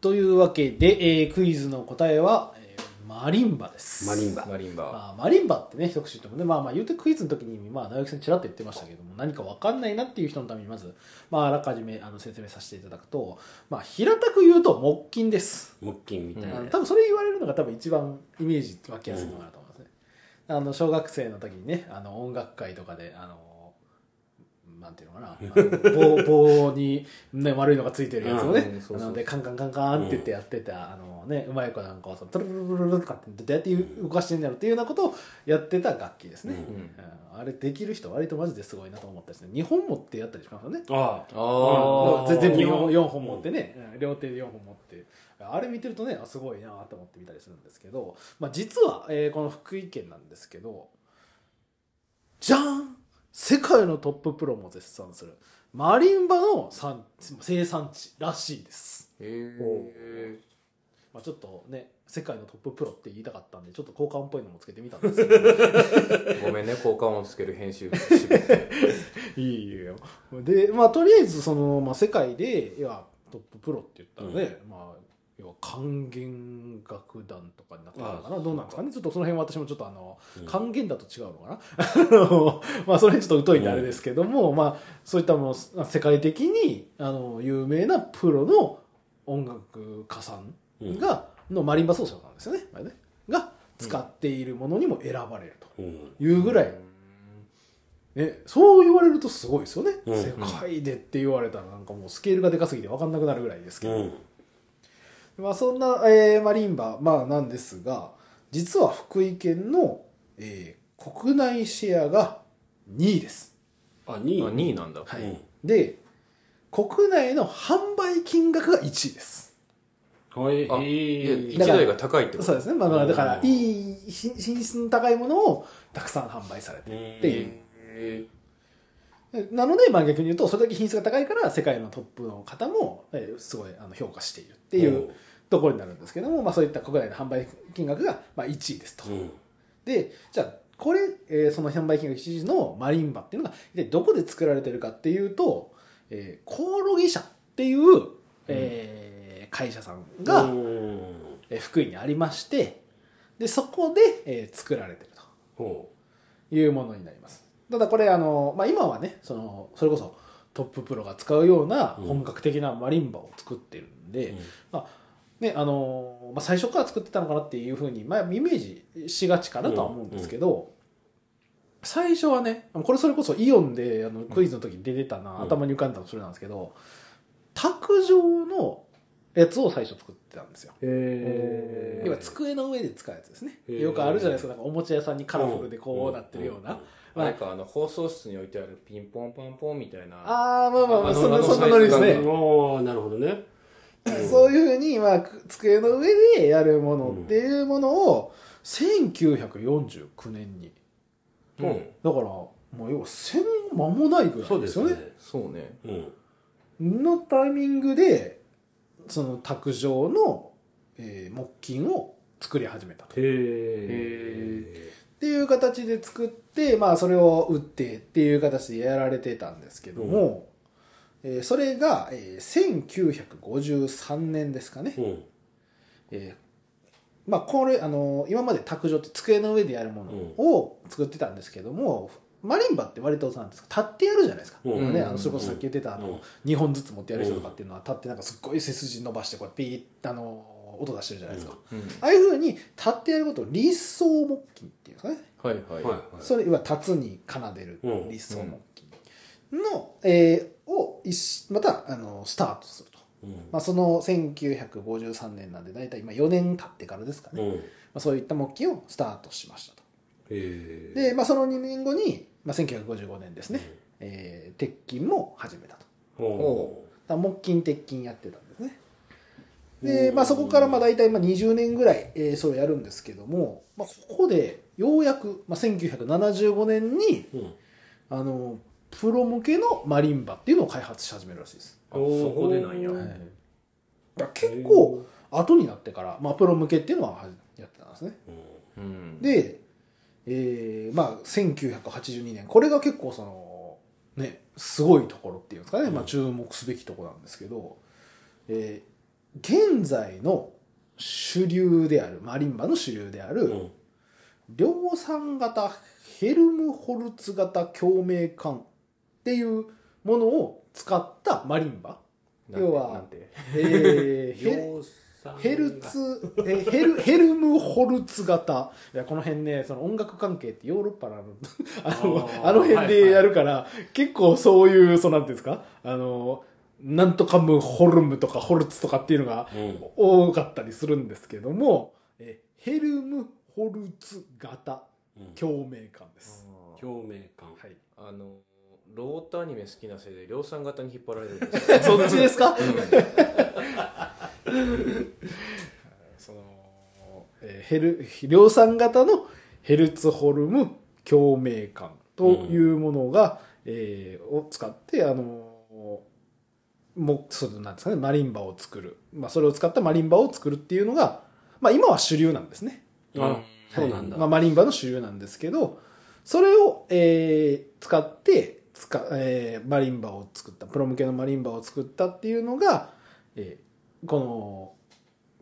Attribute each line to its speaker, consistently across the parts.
Speaker 1: というわけで、えークイズの答えは、えーマリンバです。
Speaker 2: マリンバ
Speaker 3: マリンバ。
Speaker 1: まあ、マリンバってね、一口言ってもね、まあまあ言うてクイズの時に、まあ大学生にちらっと言ってましたけども、何かわかんないなっていう人のために、まず、まああらかじめあの説明させていただくと、まあ平たく言うと木琴です。
Speaker 2: 木琴みたい
Speaker 3: え
Speaker 2: な、
Speaker 3: え
Speaker 1: あの多分それ言われるのが多分一番イメージ湧きやすいのかなと思いますね。あの小学生の時にね、あの音楽会とかで、あの、なんていうのかな、あの棒棒に、ね、丸いのがついてるやつをね、
Speaker 3: うんうんそうそう
Speaker 1: なのでカンカンカンカンって言ってやってた、あのね、うまい子なんかをそのトゥルルルルルルとかってどうやって動かしてんだろうっていうようなことをやってた楽器ですね。
Speaker 3: う。
Speaker 2: うん
Speaker 1: うんあれできる人割とマジですごいなと思ったですね。日本持ってやったりしますよね。
Speaker 2: ああ
Speaker 3: ああ。
Speaker 1: 全然
Speaker 2: 日
Speaker 1: 4
Speaker 2: 本
Speaker 1: 本四本持ってね、うん両手で4本持ってあれ見てるとねあすごいなと思って見たりするんですけど、まあ、実は、えーこの福井県なんですけどじゃーん世界のトッププロも絶賛するマリンバの産生産地らしいです、
Speaker 3: へ
Speaker 2: お
Speaker 3: え。
Speaker 1: まあ、ちょっとね世界のトッププロって言いたかったんでちょっと交換っぽいのもつけてみたんですけど
Speaker 3: ごめんね、交換音つける編集部仕事。
Speaker 1: いいよでまあとりあえずその、まあ、世界でいやトッププロって言ったらね、まあ要は管弦楽団とかになってるのかなどうなんですかねちょっとその辺は私もちょっとあの還元だと違うのかな あのまあそれにちょっと疎いんであれですけども、まあそういったもの世界的にあの有名なプロの音楽家さんが、のマリンバ奏者なんですよねあれねが使っているものにも選ばれる
Speaker 2: うんうん
Speaker 1: というぐらい、ね、そう言われるとすごいですよね、
Speaker 2: うん
Speaker 1: 世界でって言われたらなんかもうスケールがでかすぎて分かんなくなるぐらいですけど、
Speaker 2: うん
Speaker 1: まあ、そんな、えーマリンバ、まあ、なんですが実は福井県の、えー国内シェアが2位です、
Speaker 2: あ2位
Speaker 3: あ、2位なんだ。
Speaker 1: はい
Speaker 2: うん
Speaker 1: で国内の販売金額が1位です
Speaker 2: はい
Speaker 3: あ、いや
Speaker 2: え
Speaker 3: 一
Speaker 1: だから
Speaker 3: 台が高いってこ
Speaker 1: そう
Speaker 3: と
Speaker 1: ですね、まあまあ、だから
Speaker 2: うん
Speaker 1: いい品品質の高いものをたくさん販売されてるっていう
Speaker 3: へ
Speaker 1: なので、まあ、逆に言うとそれだけ品質が高いから世界のトップの方もえーすごいあの評価しているっていうところになるんですけども、まあ、そういった国内の販売金額がまあ1位ですと。
Speaker 2: うん
Speaker 1: でじゃあこれ、えーその販売金額1位のマリンバっていうのが一体どこで作られてるかっていうと、えーコオロギ社っていう、えー会社さんが、
Speaker 2: うん
Speaker 1: えー福井にありましてでそこで、えー作られてると。
Speaker 2: ほ
Speaker 1: いうものになりますただこれあの、まあ、今はねそのそれこそトッププロが使うような
Speaker 2: うん
Speaker 1: 本格的なマリンバを作ってるんで、
Speaker 2: う
Speaker 1: ねあのまあ、最初から作ってたのかなっていうふうに、まあ、イメージしがちかなとは思うんですけど、最初はねこれそれこそイオンであのクイズの時に出てたな、
Speaker 2: うん
Speaker 1: 頭に浮かんだのそれなんですけど卓上のやつを最初作ってたんですよ。
Speaker 2: へ
Speaker 1: 要は机の上で使うやつですね。
Speaker 2: へー
Speaker 1: よくあるじゃないですか、なんかおもちゃ屋さんにカラフルでこうなってるような。
Speaker 3: ー。なんかあの、放送室に置いてあるピンポンパンポンみたいな。あ。
Speaker 1: ああまあまあまあ
Speaker 3: あの
Speaker 1: そん
Speaker 3: あ
Speaker 1: な
Speaker 3: の
Speaker 1: そんなノリです
Speaker 3: サイ
Speaker 1: ね
Speaker 3: ズ
Speaker 2: おおなるほどね
Speaker 1: そういうふうに、まあ、く机の上でやるものっていうものを1949年に
Speaker 3: うん。
Speaker 1: だからもう要は戦後間もないぐら
Speaker 2: そ
Speaker 1: いうで
Speaker 2: ですす
Speaker 1: よね
Speaker 2: ね
Speaker 3: そうね。
Speaker 2: うん
Speaker 1: のタイミングでその卓上の、えー木琴を作り始めたと
Speaker 2: へえ
Speaker 1: っていう形で作って、まあ、それを打ってっていう形でやられてたんですけども、えーそれが、えー1953年ですかね、
Speaker 2: うん
Speaker 1: えーまあこれあの今まで卓上って机の上でやるものを作ってたんですけども、マリンバって割となんですか立ってやるじゃないですか、
Speaker 2: うん
Speaker 1: ね、あのそれこそさっき言ってたあ
Speaker 2: うん
Speaker 1: の、2本ずつ持ってやる人とかっていうのは立ってなんかすっごい背筋伸ばしてこうやってピーッあの音出してるじゃないですか、
Speaker 3: うん。
Speaker 1: ああいうふうに立ってやることを立奏木琴っていうんですかね、
Speaker 3: はいはい。
Speaker 2: はいは
Speaker 1: それは立つに奏でる
Speaker 2: うん
Speaker 1: 立奏木琴の、えーを一しまたあのスタートすると。
Speaker 2: いうん
Speaker 1: まあ、その1953年なんで大体今4年経ってからですかね、
Speaker 2: う
Speaker 1: ま
Speaker 2: んへ
Speaker 1: あ、そういった木琴をスタートしましたと
Speaker 2: え
Speaker 1: で、まあ、その2年後に、まあ、1955年ですね、えー鉄筋も始めたと
Speaker 2: ほ
Speaker 1: だから木琴鉄筋やってたんですねで、まあ、そこからまあ大体まあ20年ぐらい、えーそれをやるんですけども、まあ、ここでようやく、まあ、1975年に
Speaker 2: ううん
Speaker 1: あのプロ向けのマリンバっていうのを開発し始めるらしいです、
Speaker 3: あそこでなんや。
Speaker 1: はい、だから結構後になってから、まあ、プロ向けっていうのはやってたんですね
Speaker 3: うん。
Speaker 1: で、えーまあ、1982年これが結構そのねすごいところっていうんですかね、まあ、注目すべきところなんですけど、えー現在の主流であるマリンバの主流であ
Speaker 2: う
Speaker 1: る
Speaker 2: ん
Speaker 1: 量産型ヘルムホルツ型共鳴管っていうものを使ったマリンバ、
Speaker 3: なんて
Speaker 1: 要は
Speaker 3: なんて
Speaker 1: えー ヘル
Speaker 2: 量産が
Speaker 1: ヘルツ、えーヘル、ヘルムホルツ型。いや、この辺ね、その音楽関係ってヨーロッパのあの、あの
Speaker 2: あー
Speaker 1: あの辺
Speaker 2: はいは
Speaker 1: で
Speaker 2: い
Speaker 1: やるから、結構そういう、そうなんていうんですかあの、なんとかムホルムとかホルツとかっていうのが
Speaker 2: うん
Speaker 1: 多かったりするんですけども、えーヘルムホルツ型
Speaker 2: うん
Speaker 1: 共鳴感です。
Speaker 2: 共鳴感
Speaker 1: はい。
Speaker 3: あのロータアニメ好きなせいで量産型に引っ張られるんですよ
Speaker 1: そっちですかその、えーヘル、量産型のヘルツホルム共鳴管というものが、えーを使って、あの、もう、そのなんですかね、マリンバを作る。まあ、それを使ったマリンバを作るっていうのが、まあ、今は主流なんですね。
Speaker 2: あそうなん
Speaker 1: まあ、
Speaker 2: だ
Speaker 1: マリンバの主流なんですけど、それを、えー使って、つかえーマリンバを作った、プロ向けのマリンバを作ったっていうのが、えーこの、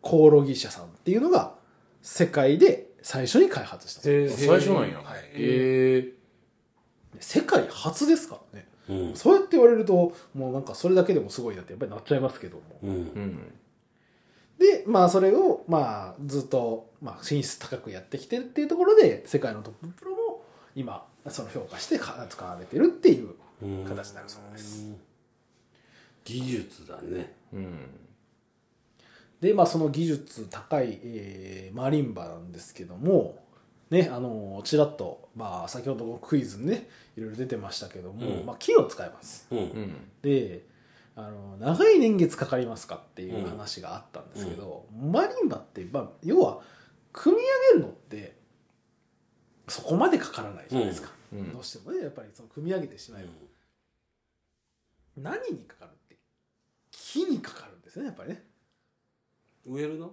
Speaker 1: コオロギ社さんっていうのが、世界で最初に開発した。
Speaker 2: 最
Speaker 3: 最初なんや
Speaker 1: はい
Speaker 3: え
Speaker 1: 世界初ですからね。
Speaker 2: うん
Speaker 1: そうやって言われると、もうなんかそれだけでもすごいなってやっぱりなっちゃいますけども。
Speaker 2: うん
Speaker 3: えうん
Speaker 1: で、まあそれを、まあずっと、まあ進出高くやってきてるっていうところで、世界のトッププロも今、その評価してか使われてるっていう
Speaker 2: うん
Speaker 1: 形になるそうです。
Speaker 2: 技術だね
Speaker 3: うん
Speaker 1: で、まあその技術高い、えーマリンバなんですけども、ね、あのちらっと、まあ先ほどのクイズにね、いろいろ出てましたけども、
Speaker 2: うん
Speaker 1: まあ木を使います。
Speaker 2: うん
Speaker 3: うん
Speaker 1: であの長い年月かかりますかっていう話があったんですけど、マリンバって、まあ、要は組み上げるのってそこまでかからないじゃないですか、
Speaker 3: うん
Speaker 1: どうしてもねやっぱりその組み上げてしまえば、何にかかるって木にかかるんですねやっぱりね
Speaker 2: 植えるの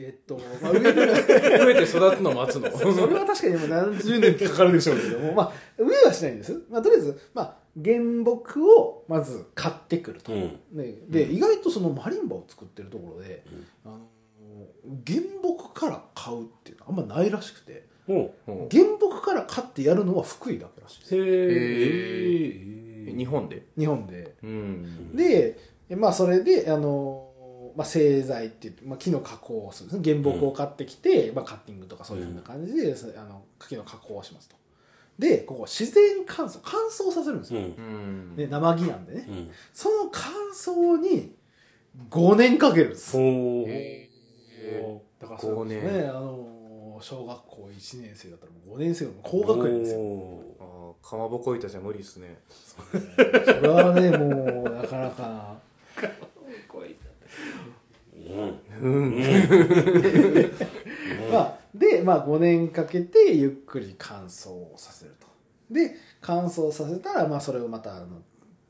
Speaker 1: えっと、まあ、植え る
Speaker 3: 増えて育つの待つの
Speaker 1: そ れは確かにもう何十年かかるでしょうけども、まあ、植えはしないんです、まあ、とりあえず、まあ、原木をまず買ってくると、
Speaker 2: うん
Speaker 1: ね、で、
Speaker 3: う
Speaker 1: 意外とそのマリンバを作ってるところで、あの原木から買うっていうのはあんまないらしくて
Speaker 2: ほ
Speaker 3: うん
Speaker 1: 原木から買ってやるのは福井だけらしいです
Speaker 2: うへ
Speaker 3: え
Speaker 2: え
Speaker 3: 日本で
Speaker 1: 日本で
Speaker 3: うん
Speaker 1: でまあそれであの、まあ、製材っていう、まあ、木の加工をするんですね原木を買ってきて、まあ、カッティングとかそういうふうな感じで、あの木の加工をしますとでここ自然乾燥乾燥させるんです
Speaker 2: う
Speaker 1: よ、
Speaker 2: ん
Speaker 3: うん
Speaker 1: で生木なんでね、
Speaker 2: うん
Speaker 1: その乾燥に5年かけるんです
Speaker 2: ほう
Speaker 3: へえ
Speaker 1: だからそうです
Speaker 3: 五
Speaker 1: ね、あのー小学校1年生だったらもう5年生の高学年ですよ。
Speaker 2: よ
Speaker 3: あーかまぼこいたじゃ無理っすね
Speaker 1: それはね、もうなかなか。
Speaker 2: うん
Speaker 1: まあ、で、まあ5年かけてゆっくり乾燥させると。で、乾燥させたら、まあそれをまたあの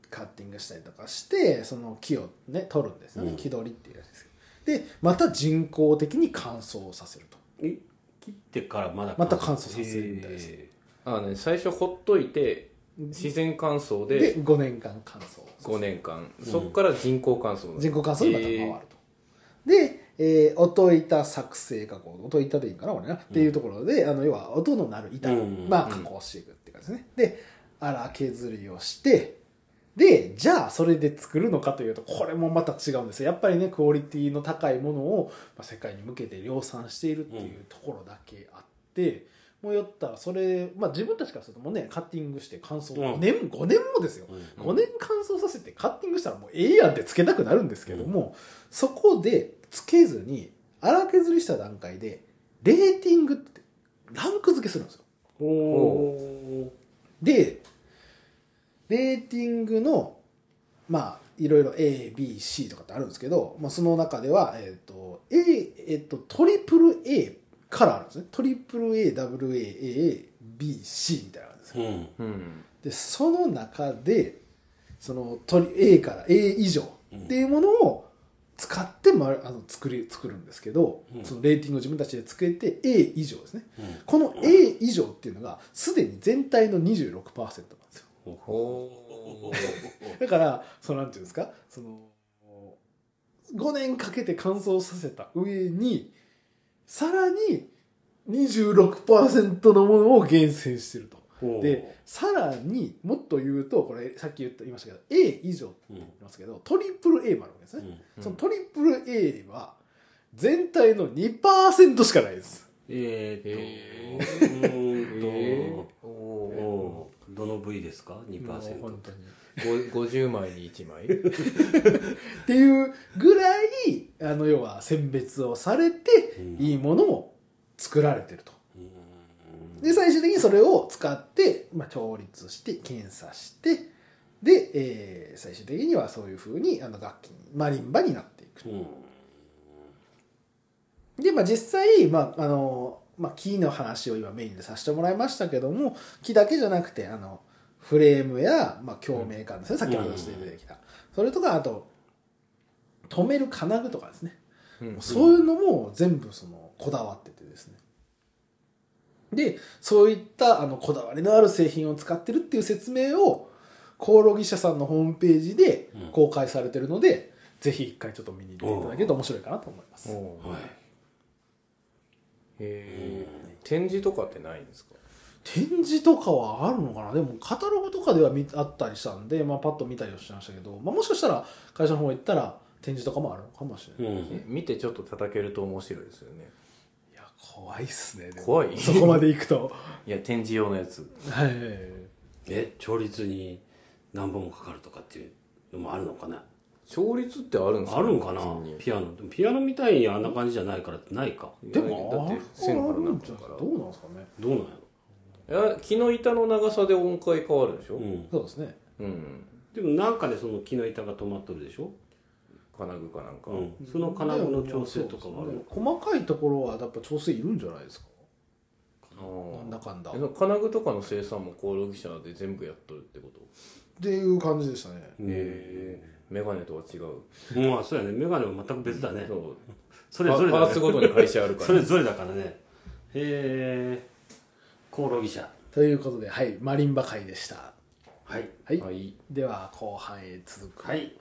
Speaker 1: カッティングしたりとかして、その木をね、取るんですよね。
Speaker 2: うん
Speaker 1: 木取りっていうやつですけど。で、また人工的に乾燥させると。
Speaker 2: え切ってからまだ
Speaker 1: また乾燥させるみたいです
Speaker 2: へ
Speaker 3: あのね最初ほっといて自然乾燥
Speaker 1: で、
Speaker 3: で
Speaker 1: 5年間乾燥させる
Speaker 3: 5年間そっから人工乾燥
Speaker 1: 人工乾燥にまた回ると。
Speaker 3: え
Speaker 1: で、えー音板作成加工、音板でいいかな、俺な。っていうところで、あの、要は音の鳴る板、
Speaker 2: うん
Speaker 1: まあ、加工していくって感じですね。で、荒削りをして、で、じゃあ、それで作るのかというと、これもまた違うんですよ。やっぱりね、クオリティの高いものを、まあ、世界に向けて量産しているっていうところだけあって、もうやったら、それ、まあ、自分たちからするともうね、カッティングして乾燥、
Speaker 2: うん
Speaker 1: 5年、5年もですよ。
Speaker 2: うん
Speaker 1: 5年乾燥させてカッティングしたらもうええやんってつけたくなるんですけども、そこでつけずに荒削りした段階でレーティングってランク付けするんですよ
Speaker 2: ほう
Speaker 1: でレーティングのまあいろいろ ABC とかってあるんですけど、まあ、その中では、えっと A えっとトリプル A からあるんですねトリプル AWAABC みたいな感じです
Speaker 2: うん
Speaker 3: うん
Speaker 1: でその中でその鳥 A から A 以上っていうものを使って、ま、あの作り作るんですけど、
Speaker 2: うん
Speaker 1: そのレーティングを自分たちでつけて A 以上ですね
Speaker 2: うん
Speaker 1: この A 以上っていうのがすでに全体の26%なんですよ
Speaker 2: ほう
Speaker 3: ほう
Speaker 1: だからそのなんていうんですかその5年かけて乾燥させた上にさらに26%のものを厳選してるとでさらにもっと言うとこれさっき言った言いましたけど A 以上って
Speaker 2: うん
Speaker 1: 言いますけどトリプル A もあるわけです
Speaker 2: う
Speaker 1: ね、
Speaker 2: ん
Speaker 1: そのトリプル A は全体の2%しかないです
Speaker 2: え
Speaker 3: え
Speaker 2: ーっと、うーんと、
Speaker 3: お
Speaker 2: おーどの部位ですか
Speaker 1: もう
Speaker 2: ?2%。
Speaker 1: 本当に
Speaker 3: ーご50枚に1枚
Speaker 1: っていうぐらいあの要は選別をされて
Speaker 2: うん
Speaker 1: いいものを作られてると
Speaker 2: う
Speaker 1: で最終的にそれを使って、まあ、調律して検査してで、えー最終的にはそういうふうにあの楽器にマリンバになっていく
Speaker 2: ーん。
Speaker 1: で、まあ、実際、まああのまあ、木の話を今メインでさせてもらいましたけども木だけじゃなくてあのフレームや、まあ、共鳴感ですね、さっき話して出てきた、それとかあと止める金具とかですね
Speaker 3: うん
Speaker 1: そういうのも全部そのこだわっててですね。で、そういったあのこだわりのある製品を使ってるっていう説明を、コオロギ社さんのホームページで
Speaker 2: うん
Speaker 1: 公開されてるので、ぜひ一回ちょっと見に行っていただけると面白いかなと思います。
Speaker 3: おー
Speaker 2: はい。
Speaker 3: へえ展示とかってないんですか
Speaker 1: 展示とかはあるのかなでもカタログとかでは見あったりしたんで、まあ、パッと見たりはしましたけど、まあ、もしかしたら会社の方行ったら展示とかもあるのかもしれない。
Speaker 2: う
Speaker 3: え
Speaker 2: ん。
Speaker 3: 見てちょっと叩けると面白いですよね
Speaker 1: いや、怖いっすね。でも
Speaker 3: 怖い
Speaker 1: そこまで行く と。
Speaker 3: いや展示用のやつ
Speaker 1: はい。
Speaker 2: え、調律に何本もかかるとかっていうのもあるのかな
Speaker 3: 調律ってあるんです
Speaker 2: あるんかな
Speaker 3: 普通に
Speaker 2: ピアノ。でもピアノみたいにあんな感じじゃないからってないか。
Speaker 1: でも
Speaker 3: だ
Speaker 1: あ
Speaker 3: っ
Speaker 1: る
Speaker 3: て線からなんか
Speaker 1: ど
Speaker 3: だ
Speaker 1: うなんですかね
Speaker 2: どうなんや
Speaker 3: からいや木の板の長さで音階変わるでし
Speaker 2: ろ
Speaker 3: ょ
Speaker 2: うん。
Speaker 1: そうですね
Speaker 3: うん
Speaker 2: でもなんかでその木の板が止まっとるでしょ
Speaker 3: 金具かなんか
Speaker 2: うん。その金具の調整とかもあるのか
Speaker 1: 細かいところはやっぱ調整いるんじゃないですか
Speaker 3: あ
Speaker 1: なん
Speaker 3: ー
Speaker 1: だかんだ
Speaker 3: えその金具とかの生産もコオロギ社で全部やっとるってこと
Speaker 1: っていう感じでしたね
Speaker 2: うん
Speaker 3: へえメガネとは違う
Speaker 2: まあそうやね眼鏡は全く別だね
Speaker 3: そう
Speaker 2: それぞれ
Speaker 3: パ
Speaker 2: だ
Speaker 3: パーツ
Speaker 2: ね
Speaker 3: ごとに会社あるか
Speaker 2: そ
Speaker 3: ら
Speaker 2: れぞれだからねへえコオロギ社
Speaker 1: ということではいマリンバ会でした
Speaker 2: はい
Speaker 1: はい、
Speaker 3: はい
Speaker 1: では後半へ続く
Speaker 2: はい